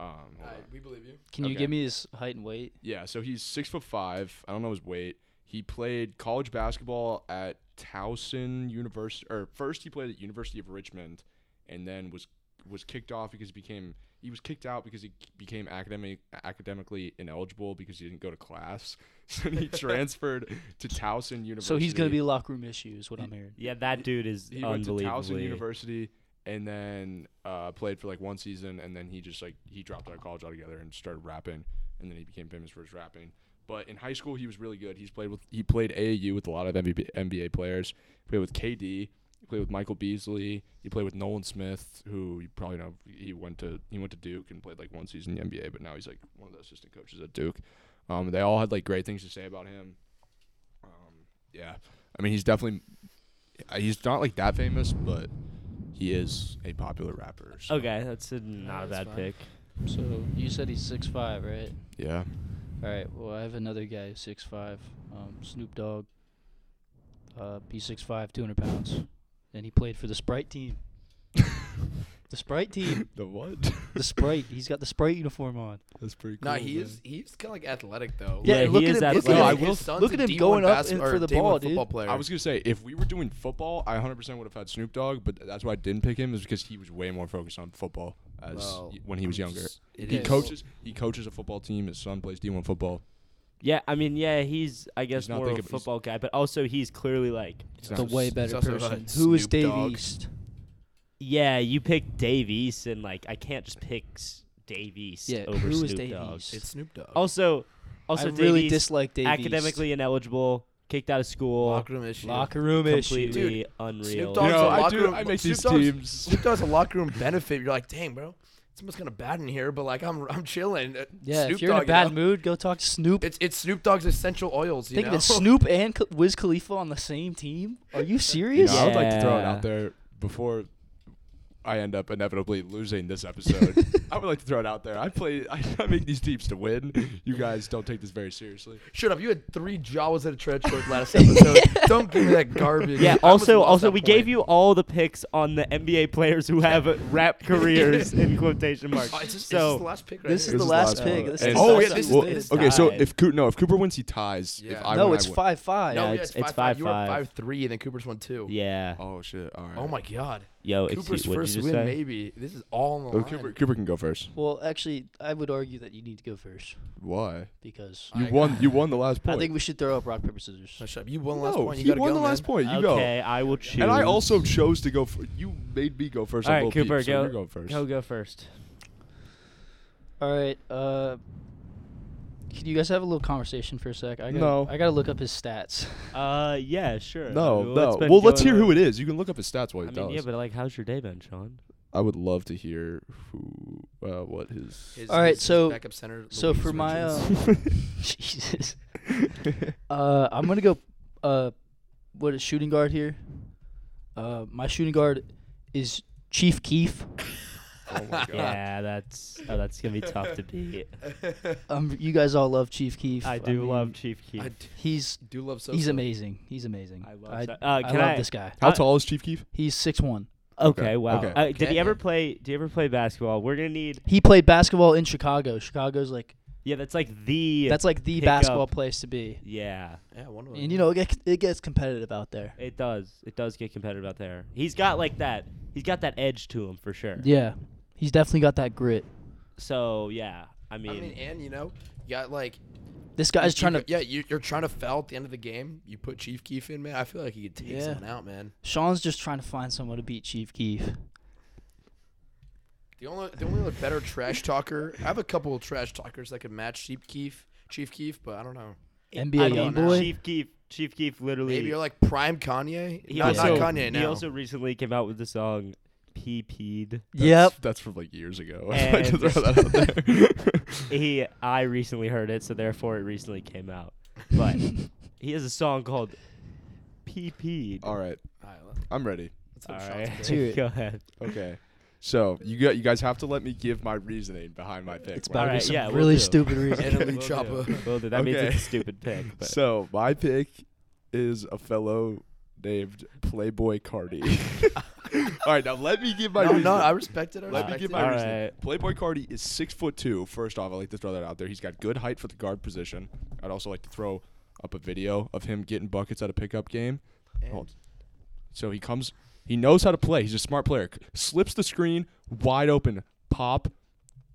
Um, hold on.
we believe you.
Can you
Okay.
give me his height and weight?
yeah. So he's six foot five. I don't know his weight. He played college basketball at Towson University, or first he played at University of Richmond, and then was was kicked off because he became he was kicked out because he became academic academically ineligible because he didn't go to class. (laughs) So
(laughs)
he transferred to Towson University.
So he's gonna be locker room issues. What I'm hearing.
Yeah, that dude is
he went to Towson
unbelievably.
University and then uh, played for like one season and then he just like he dropped out of college altogether and started rapping and then he became famous for his rapping. But in high school he was really good. He's played with he played AAU with a lot of NBA, NBA players. He played with KD. He played with Michael Beasley. He played with Nolan Smith, who you probably know. He went to he went to Duke and played like one season in the NBA, but now he's like one of the assistant coaches at Duke. Um, they all had like great things to say about him. Um, yeah, I mean he's definitely uh, he's not like that famous, but he is a popular rapper. so-
Okay, that's a, not a
that's
bad
fine.
pick.
So you said he's six five, right?
Yeah.
All right. Well, I have another guy who's six five. Um, Snoop Dogg. Uh, he's six five, two hundred pounds, and he played for the
(laughs)
Sprite team. the Sprite team.
The what? (laughs)
The Sprite. He's got the Sprite uniform on.
That's pretty
Nah, he is he's kind of like athletic though.
Yeah,
Like,
he
look
is
at him.
athletic. No, I
Look
will-
at him,
his son's
look
a
at him
D1
going up
basket-
and
or
for the
D1
ball, dude.
football player.
I was gonna say if we were doing football, I 100% would have had Snoop Dogg, but that's why I didn't pick him is because he was way more focused on football as
Well,
y- when he was
I'm
younger.
just- it
He
is.
coaches. He coaches a football team. His son plays D1 football.
Yeah, I mean, yeah, he's I guess
not
more of a
thinking- he's-
football guy, but also he's clearly like,
He's
The
not-
way
It's
better
also about
person. Who is
Snoop
Dave
Dogg.
East?
yeah, you pick Dave East, and like I can't just pick s- Dave East
Yeah,
over
who is
Snoop
Dave
Dogg.
East?
It's Snoop Dogg.
Also, also
I
Dave
really
East,
dislike Dave East.
academically ineligible, kicked out of school,
locker room issue.
Locker room
completely
issue.
Dude,
unreal.
Snoop
You
Dogg's
know,
a
(laughs)
I
locker
do.
room-
I make
Snoop
these
Dogg's-
teams.
Snoop Dogg's a locker room benefit. You're like, dang, bro, it's almost kind of bad in here, but like I'm I'm chilling. Uh,
Yeah,
Snoop
if you're in a
Dogg, you
bad
know?
mood, go talk to Snoop.
it's it's Snoop Dogg's essential oils. You
Think
know,
that Snoop and K- Wiz Khalifa on the same team? Are you
You
serious?
know, I would like to throw it
Yeah.
out there before I end up inevitably losing this
(laughs)
episode. I would like to throw it out there. I play. (laughs) I, I make these teams to win. You guys don't take this very seriously.
Shut up! You had three Jawas at a trench court last episode. Don't give me that garbage.
yeah.
I almost
Also,
lost
also,
that
we
point.
gave you all the picks on the NBA players who have uh,
(laughs)
rap careers in quotation marks.
Oh, it's just, it's just the
so
last pick right
This is
here.
the
is
last
last
pick.
one.
This
And-
is
Oh,
the
yeah,
last
this is
pick.
the-
It's
okay, so
tied.
if Coo- no, if Cooper wins, he ties. If
Yeah.
I
no,
win,
it's
I win.
five five.
No,
Yeah,
yeah,
it's-
it's,
it's
five, five. You were
five, five.
five three, and then Cooper's won two.
yeah.
Oh shit! All right.
Oh my God.
Yo,
Cooper's
excuse, what did
first
you
win,
say?
maybe. This is all on the
Oh,
line.
Cooper, Cooper can go first.
Well, actually, I would argue that you need to go first
Why?
because
You
I-
won. You won the last point.
I think we should throw up rock paper scissors.
No, shut up. You won the last
no,
point. You
he
gotta
won
go,
the last
man.
point. You
okay, I will choose.
go. And I also chose to go. For, you made me go first.
All
on
right,
Lil
Cooper,
Peep, so
go-
You're going first.
go go first.
All right. Uh, can you guys have a little conversation for a sec? I gotta,
No.
I gotta look up his stats.
(laughs)
(laughs)
Uh, yeah, sure.
No, no. Well, let's hear who it is. You can look up his stats while
I
you
mean,
tell us.
yeah, but like, how's your day been, Sean?
I would love to hear who, uh, what his.
His-
All right,
his- his
so-
backup center,
so
Luis
for my,
Richards.
uh,
(laughs)
(laughs)
Jesus. Uh, I'm gonna go. Uh, what is shooting guard here? Uh, my shooting guard is Chief Keef.
Oh my
(laughs)
god.
yeah, that's oh, that's gonna be tough to beat.
Um, you guys all love Chief Keef.
(laughs) I do love
mean,
Chief Keef.
I d-
He's
do love so.
he's amazing. He's amazing.
I love
I,
so- uh,
I
can
love
I-
this guy.
How
I-
tall is Chief Keef?
He's six one.
Okay,
Okay,
wow.
okay.
Uh, did he
Okay.
ever play? Do you ever play basketball? We're gonna need.
He played basketball in Chicago. Chicago's like
Yeah, that's like the.
that's like the
Pick
basketball
up.
place to be.
yeah,
Yeah, one of them.
And you know it gets, it gets competitive out there.
it does. It does get competitive out there. He's got like that. He's got that edge to him for sure.
Yeah, he's definitely got that grit.
So yeah, I
I
mean,
mean, and you know, you got like
This guy's
you
trying to.
could- Yeah, you, you're trying to foul at the end of the game. You put Chief Keef in, man. I feel like he could take
Yeah.
someone out, man.
Sean's just trying to find someone to beat Chief Keef.
The only the only like, better trash talker. I have a couple of trash talkers that could match Chief Keef, Chief Keef, but I don't know.
NBA
I mean,
young boy.
Chief Keef. Chief Keef literally.
Maybe you're like prime Kanye.
he
not,
also-
not Kanye
He
now.
also recently came out with the song "PP'd."
Yep.
That's- That's from like years ago. (laughs) I like to
And-
throw that out there.
(laughs) He, I recently heard it, so therefore it recently came out.
(laughs)
But he has a song called
(laughs)
"PP'd."
All right,
All right, let-
I'm ready.
let's
All
hope Sean's
right,
Let's hear
(laughs)
it.
go ahead.
Okay. So you got you guys have to let me give my reasoning behind my pick.
It's
right?
about to
Alright,
be some
yeah, we'll
really
do. (laughs)
stupid
good.
reason.
And a
Will
Lee
do.
Chopper.
Will do. That means it's
Okay.
a stupid pick. But.
So my pick is a fellow named Playboy Cardi. (laughs) All right, now let me give my
(laughs) No,
reasoning.
no, I respect it. I
Let me
respect
give
it.
my
All
reasoning.
right.
Playboy Cardi is six foot two. First off, I like to throw that out there. He's got good height for the guard position. I'd also like to throw up a video of him getting buckets at a pickup game. Hold. So he comes. He knows how to play. He's a smart player. C- Slips the screen wide open. Pop.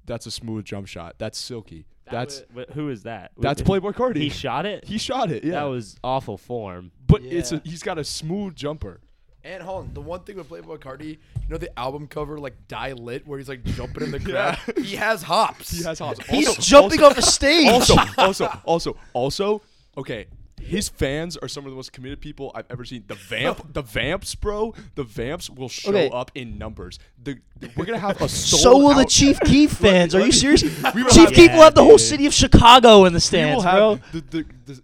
That's a smooth jump shot. That's silky. that's
Wh- who is that?
(laughs) that's Playboy Cardi.
He shot it.
He shot it. Yeah.
That was awful form.
but it's
Yeah.
a, he's got a smooth jumper.
And hold on, the one thing with Playboy Cardi, you know the album cover like "Die Lit," where he's like jumping (laughs) in the crowd. He has hops.
He
(laughs)
has hops.
He's
Also-
jumping off a stage. (laughs)
also, also, also, also, okay. His fans are some of the most committed people I've ever seen. The vamp, the vamps, bro, the vamps will show
Oh. Okay.
up in numbers. The, we're gonna
(laughs)
have a
so will the
sold-out- (laughs)
Chief Keef fans. Are
let
you
me-
serious?
will
Chief
have-
Keef will have the whole
Yeah, dude.
city of Chicago in the
We will
stands, bro.
have the, the, the,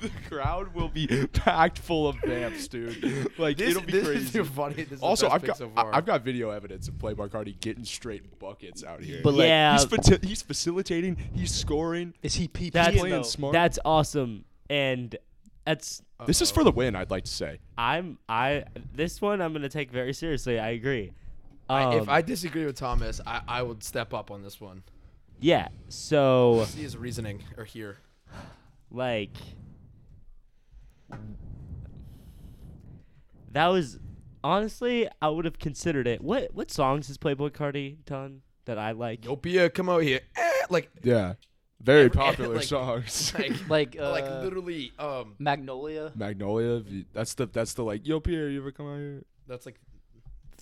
the (laughs) crowd will be packed full of vamps, dude. Like
This,
it'll be
this
crazy.
is too funny. This is
Also,
the best
I've
pick
got
so far.
I- I've got video evidence of Play Cardi getting straight buckets out here.
But, like-
Yeah.
he's, fati- he's facilitating, he's scoring,
Is he PP?
he's
That's-
playing
though?
smart.
That's awesome. And that's
this is for the win, I'd like to say.
I'm I this one I'm gonna take very seriously. I agree.
I- if
Um,
I disagree with Thomas, I, I would step up on this one.
yeah. So
See his reasoning or here.
like that was honestly I would have considered it. What what songs has Playboy Cardi done that I like?
Yopia, come out here. Eh, like,
Yeah. Very
Every-
popular
(laughs) like-
songs.
(laughs) like,
Like,
like
uh,
literally. Um,
Magnolia.
(laughs) Magnolia, v- that's the that's the like, yo Pierre, you ever come out here?
that's like.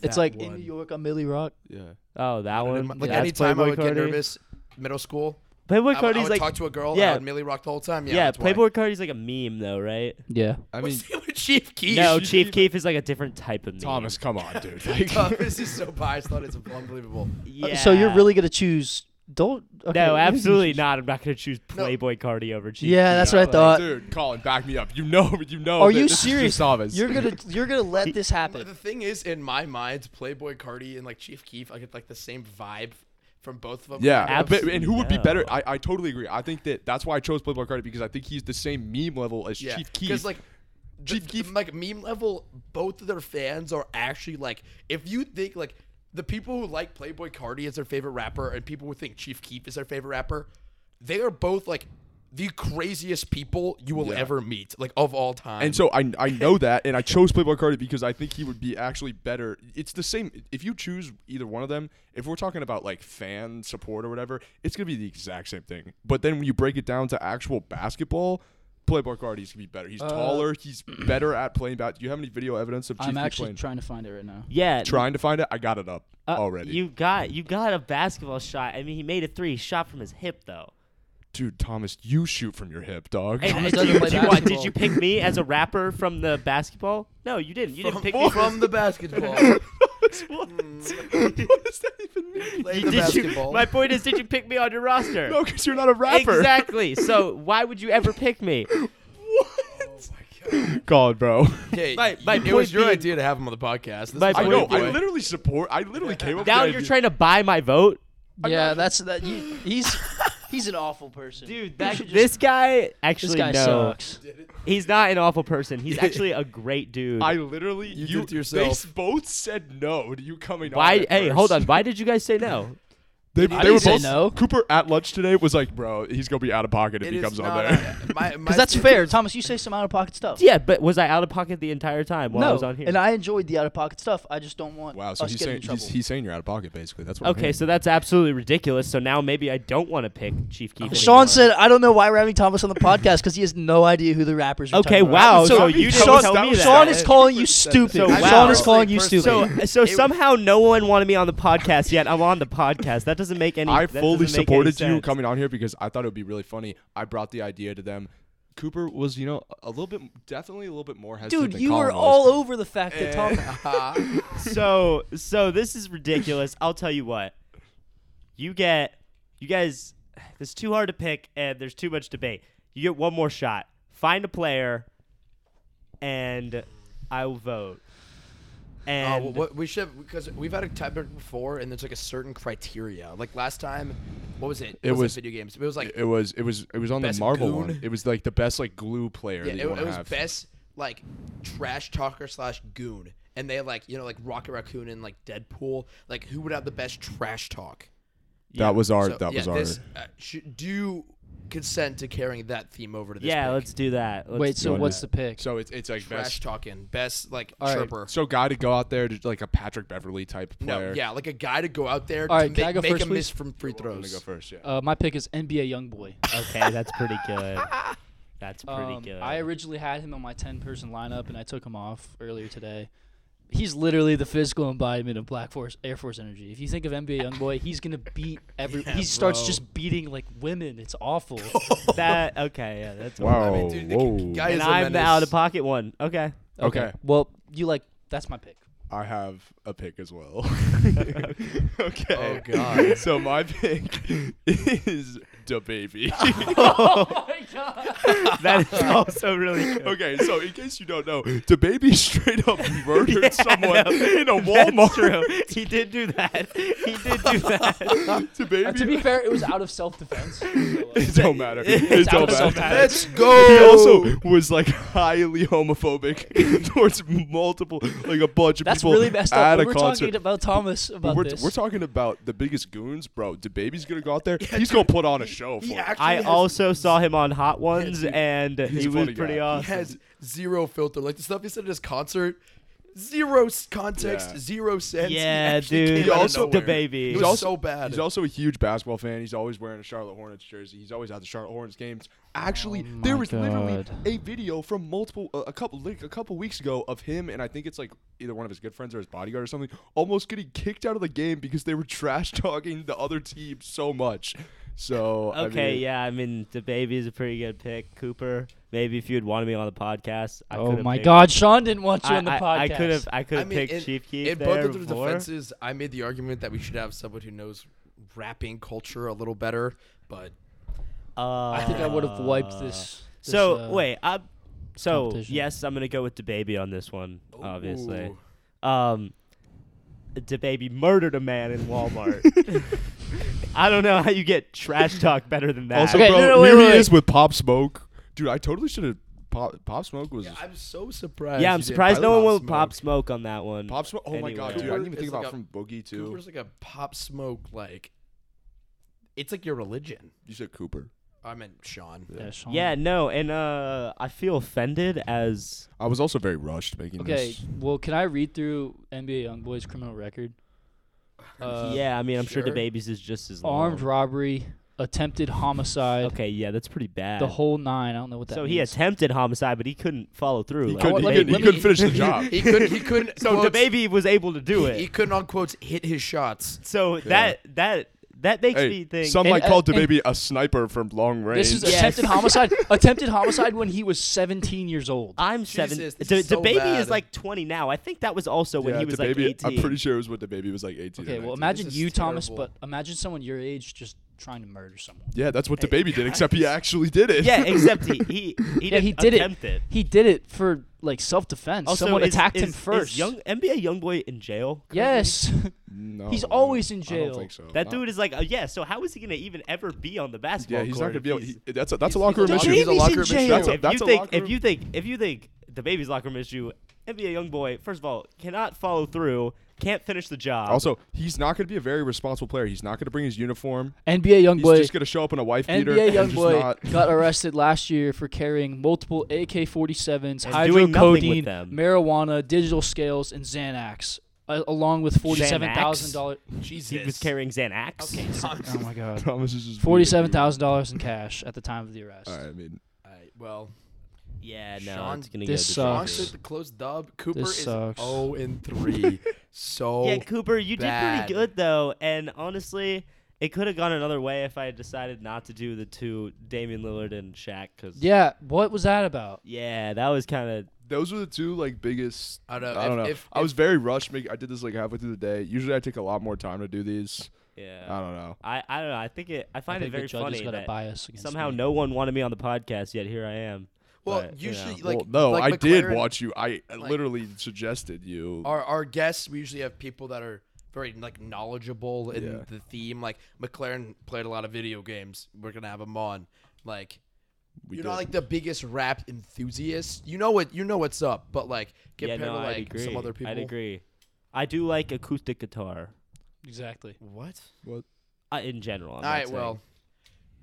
It's like in New York, I'm Millie Rock.
Yeah.
Oh, that one.
Like
That's
anytime I
Playboi
would get
Carti.
nervous, middle school,
Playboy
I would, I
Cardi's
would
like
talk to a girl. Yeah,
yeah.
I would Millie Rock the whole time. Yeah,
yeah,
that's why.
Playboy Cardi's like a meme though, right?
Yeah.
I
(laughs)
mean
What's he with Chief Keef?
no,
should
Chief
be-
Keef is like a different type of meme.
Thomas, come on, (laughs) dude. Like,
Thomas is so biased. Thought it's unbelievable.
(laughs) Yeah.
Uh, So you're really gonna choose? Don't. okay. (laughs)
No, absolutely not. I'm not gonna choose
No.
Playboy Cardi over Chief.
Yeah, that's what I
like,
thought.
Dude, Colin, back me up. You know uh, you know.
Are
that
you
this is just
serious?
Thomas.
You're gonna you're gonna let this
But
happen.
the thing is, in my mind, Playboy Cardi and like Chief Keef, I get like the same vibe from both of them.
(laughs) Yeah,
I don't know
but-
if-
Absolutely
and who would be
no.
better? I, I totally agree. I think that that's why I chose Playboy Cardi because I think he's the same meme level as
yeah,
Chief
Because
Keef.
like
Chief
the-
Keef-
like meme level, both of their fans are actually like, if you think like the people who like Playboy Cardi as their favorite rapper and people who think Chief Keef is their favorite rapper, they are both like the craziest people you will
Yeah.
ever meet, like of all time.
and so I,
(laughs)
I know that, and I chose Playboy Cardi because I think he would be actually better. It's the same. If you choose either one of them, if we're talking about like fan support or whatever, it's gonna be the exact same thing. But then when you break it down to actual basketball, Playboy Cardi's gonna be better.
Uh,
He's taller. He's better at playing bat. Do you have any video evidence of Chief
I'm
Keef
actually
playing?
trying to find it right now.
yeah.
trying to find it. I got it up
uh,
already.
You got you got a basketball shot. I mean, he made a three. He shot from his hip though.
Dude, Thomas, you shoot from your hip, dog. (laughs)
Hey,
Thomas
did,
doesn't
you,
play
did you what-
basketball.
did you pick me
(laughs)
as a rapper from the basketball? No, you didn't. You didn't pick me (laughs)
from
from
the basketball.
what?
what
(laughs)
does that even mean?
Play
You- (laughs)
the
did you-
basketball.
my point is, did you pick me on your roster?
No, because (laughs) you're not a rapper.
Exactly. So why would you ever pick me?
What? called, bro.
Hey,
My- my
it
point
was your
being-
idea to have him on the podcast. This
My
was
I
point
know.
your
I
idea.
literally support. I literally came up.
(laughs) Now
with the
you're
idea.
trying to buy my vote,
yeah, that's that. You, he's he's an awful person.
dude. That, this guy actually
this guy
no,
sucks.
he's not an awful person. He's
(laughs)
actually a great dude.
I literally
You
you,
did it to yourself.
They both said no to you coming on.
Why?
at
Hey,
first.
hold on. Why did you guys say no?
They,
I
they were
didn't say
both
no.
Cooper at lunch today was like, bro, he's gonna be out of pocket if
It
he
is
comes on
not-
there.
my- my
Because that's
thing (laughs)
fair,
is-
Thomas. You say some out of pocket stuff.
Yeah, but was I out of pocket the entire time while
no,
I was on here?
and I enjoyed the out of pocket stuff. I just don't
(laughs)
want
wow, so
us
he's
getting
saying
in trouble.
he's, he's saying you're out of pocket basically. That's what. I'm
okay,
hearing.
so that's absolutely ridiculous. So now maybe I don't want to pick Chief Keef.
Sean
anymore.
said, "I don't know why we're having Thomas on the podcast because he has no idea who the rappers are."
Okay,
talking about."
wow. So,
So
you didn't
Sean-
tell
that
me
was
that.
Sean is calling you
So,
stupid.
wow.
Sean is calling you
Personally,
stupid.
So, so (laughs)
It-
somehow no one wanted me on the podcast yet. I'm on the podcast. That doesn't make any.
I
that
fully
doesn't make any
supported you
sense.
coming on here because I thought it would be really funny. I brought the idea to them. Cooper was, you know, a little bit, definitely a little bit more hesitant.
Dude,
than
you
Colin
were
was.
all over the fact that Tom. (laughs)
Uh-huh.
so so this is ridiculous. I'll tell you what. You get you guys it's too hard to pick and there's too much debate. You get one more shot. Find a player and I will vote.
Oh,
(laughs) And
well, what we should because we've had a tiebreaker before, and there's like a certain criteria. Like last time, what was it?
It
Wasn't
was-
video games. It was like
It was, it was, it was on the
Best
Marvel
goon.
one. It was like the best like glue player
yeah,
that
it,
you want
it
to
was
have.
best like trash talker slash goon, and they had like you know like Rocket Raccoon and like Deadpool. Like who would have the best trash talk?
That was our,
So,
that
yeah,
was our.
this, uh, should, do you consent to carrying that theme over to this?
yeah,
pick?
let's do that. Let's
Wait, so
wanna-
what's the pick?
so it's, it's like
trash
best.
talking best like
All right.
chirper.
So guy to go out there to like a Patrick Beverly type player.
No, yeah, like a guy to go out there
All
to
right, can
make,
I go
make
first,
a miss
please?
from free
I'm gonna
throws.
go first. Yeah.
Uh, my pick is NBA YoungBoy.
(laughs) Okay, that's pretty
(laughs)
good. That's pretty
Um,
good.
I originally had him on my ten-person lineup, and I took him off earlier today. He's literally the physical embodiment of Black Force Air Force Energy. If you think of NBA YoungBoy, he's gonna beat every.
Yeah,
he starts
bro.
just beating like women. It's awful.
(laughs)
that okay, yeah, that's
Wow.
I mean, dude, the
Whoa.
guy is
And
a
I'm the
menace.
out of pocket one.
(laughs)
Okay. (laughs)
Okay.
Well, you like that's my (laughs) pick.
I have a pick as
(laughs)
well. (laughs) okay.
Oh, God.
So my pick is the baby.
(laughs) Oh
that is also really
(laughs)
good.
okay, so in case you don't know, the baby straight
(laughs)
up murdered
(laughs) Yeah,
someone (laughs)
no,
in a
(laughs) That's true.
(laughs) Walmart.
He did do that.
(laughs)
He did do that.
The baby.
to be fair, it was out of (laughs) self-defense.
(laughs) it don't matter. It
out
don't
of
matter.
self-defense.
Let's
He
go.
also was like highly homophobic (laughs) towards multiple, like a bunch of
That's
people
really messed
at
up.
a
We're
concert.
talking about Thomas
But
about
we're,
this.
we're talking about the biggest goons, bro. The baby's gonna go out
(laughs)
there. he's gonna put on a show for.
He
it.
actually
I
has-
also saw him on Hot Ones,
dude.
and he
a
was
funny
pretty
guy.
He
awesome.
has zero filter. Like the stuff he said at his concert, zero s- context,
Yeah.
zero sense. He
Yeah,
actually
dude.
came
He
out of
also-
nowhere.
the baby.
It was
He's also-
so bad.
He's also a huge basketball fan. He's always wearing a Charlotte Hornets jersey. He's always at the Charlotte Hornets games. Actually,
Oh my
there was literally
God.
a video from multiple uh, a a couple like a couple weeks ago of him and I think it's like either one of his good friends or his bodyguard or something almost getting kicked out of the game because they were (laughs) trash talking the other team so much. So (laughs) I
Okay,
mean,
yeah, I mean, the baby is a pretty good pick. Cooper, maybe if you'd wanted me on the podcast, I
oh
could've
my
picked-
God, Sean didn't want you
I,
on the podcast.
I, I could have, I could
I
have
mean,
picked
in,
Chief Keef
in
there
both of their
before.
defenses, I made the argument that we should have someone who knows rapping culture a little better. But
Uh,
I think I would have wiped this. this,
So
uh,
wait, I, so
competition.
yes, I'm gonna go with the baby on this one, obviously.
Ooh.
Um, the baby murdered a man in Walmart. I don't know how you get trash talk better than that.
Also,
Okay,
bro,
no, no, wait,
here
wait,
he
wait.
is with Pop Smoke. Dude, I totally should have. Pop, Pop Smoke was
yeah, I'm so surprised.
yeah,
you
I'm
didn't
surprised
put
no one went
Pop
with Pop Smoke on that one.
Pop Smoke. Oh my god,
Anyway.
dude! I didn't even
Cooper
think
is
about
like a-
from Boogie too.
Cooper's like a pop smoke like. It's like your religion.
you said Cooper.
I meant Sean.
Yeah, Sean.
uh, Yeah, no, and uh, I feel offended as
I was also very rushed making
Okay.
this.
Well, can I read through NBA YoungBoy's criminal record? Uh,
yeah. I mean, I'm sure the
sure.
babies is just as long.
Armed robbery, attempted homicide,
Okay, yeah, that's pretty bad.
the whole nine. I don't know what that.
so
means.
he attempted homicide, but he couldn't follow through.
He
like
couldn't,
the
he
let me-
couldn't,
baby.
he
let
couldn't finish
(laughs)
me-
the job.
He couldn't. He couldn't.
so the
quote-
baby was able to do
he-
it.
He couldn't on quotes hit his shots.
so that that that makes me
Hey,
think.
some
And-
might call
and-
DeBaby a sniper from long range.
This is
Yes. (laughs)
attempted homicide. attempted homicide when he was 17 years old.
I'm
Jesus,
seven.
this
the,
is
the
so
baby
bad.
is like 20 now. I think that was also when
yeah,
he was
DeBaby,
like 18.
I'm pretty sure it was when DeBaby was like 18.
okay.
or
Well,
19.
imagine
is
you, Thomas,
terrible.
but imagine someone your age just trying to murder someone.
Yeah, that's what DeBaby did, except he actually did it.
yeah, except he he he,
yeah,
didn't
he did it.
attempt it.
He did it for like self defense.
Also,
Someone
is-
attacked
is-
him first.
Is young NBA Youngboy in jail? currently?
yes,
(laughs)
(laughs)
No,
he's
I don't-
always in
I
jail.
don't think so.
That
Uh,
dude is like, uh, yeah. So how is he gonna even ever be on the basketball
Yeah, he's not
court?
gonna
if
be. Able,
he's-
he, that's a that's a
he's-
locker room
he's a
issue.
baby's
He's a locker
in
room issue.
jail.
That's a,
(laughs) if
that's
you
a
think,
locker
if
room-
you think, if you think the baby's locker room issue, NBA young boy, first of all, cannot follow through, can't finish the job.
also, he's not going to be a very responsible player. He's not going to bring his uniform.
NBA young
He's
boy.
just going to show up in a wife beater.
NBA
and
young
just
boy
not- (laughs)
got arrested last year for carrying multiple AK-47s,
And doing nothing with
hydrocodone,
them.
marijuana, digital scales, and Xanax, a- along with forty-seven thousand dollars.
Jesus.
he was carrying Xanax.
Okay, Thomas.
Oh my god,
Thomas is just
(laughs) forty-seven thousand dollars in cash at the time of the arrest.
All right, I mean,
All right, well,
Yeah, no,
Sean,
it's gonna
this
go to
Bronx
Sucks.
at the close dub. Cooper
This
is
sucks.
0 and 3. so
Yeah, Cooper, you did
bad.
pretty good though, and honestly, it could have gone another way if I had decided not to do the two Damian Lillard and Shaq. Cause
Yeah, what was that about?
yeah, that was kind of
those were the two like biggest.
I don't know,
I don't
if-
know.
if-
I was very rushed. Make, I did this like halfway through the day. Usually, I take a lot more time to do these.
yeah.
I don't know.
I, I don't know. I think it. I find it
I think
very
the judges
funny
got a
that
bias against
somehow
me.
no one wanted me on the podcast yet. Here I am.
well,
but, you know.
usually like
well, no,
like
I did
McLaren-
watch you. I literally suggested you.
our our guests we usually have people that are very like knowledgeable in
Yeah.
the theme. Like McLaren played a lot of video games. We're gonna have him on. Like
we
you're
did.
not like the biggest rap enthusiast. You know what you know what's up, but like
yeah,
compared
no,
to
I'd
like
agree.
some other people.
I'd agree. I do like acoustic guitar
Exactly.
What?
uh, in general. I'm
All
not
right,
saying-
well.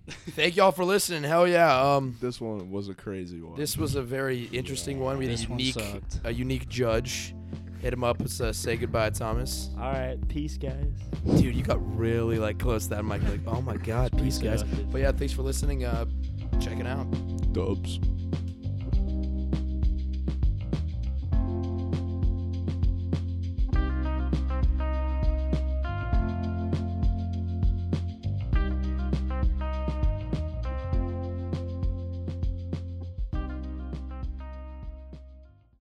Thank y'all for listening. Hell yeah. Um
This one was a crazy one.
this was a very interesting one. We had a
This one
unique
sucked.
a unique judge. Hit him up. Let's uh, say goodbye, Thomas.
All right, peace, guys.
Dude, you got really like close to that mic. Like, oh my god, peace, guys.
productive.
But yeah, thanks for listening. Uh, check it out.
dubs.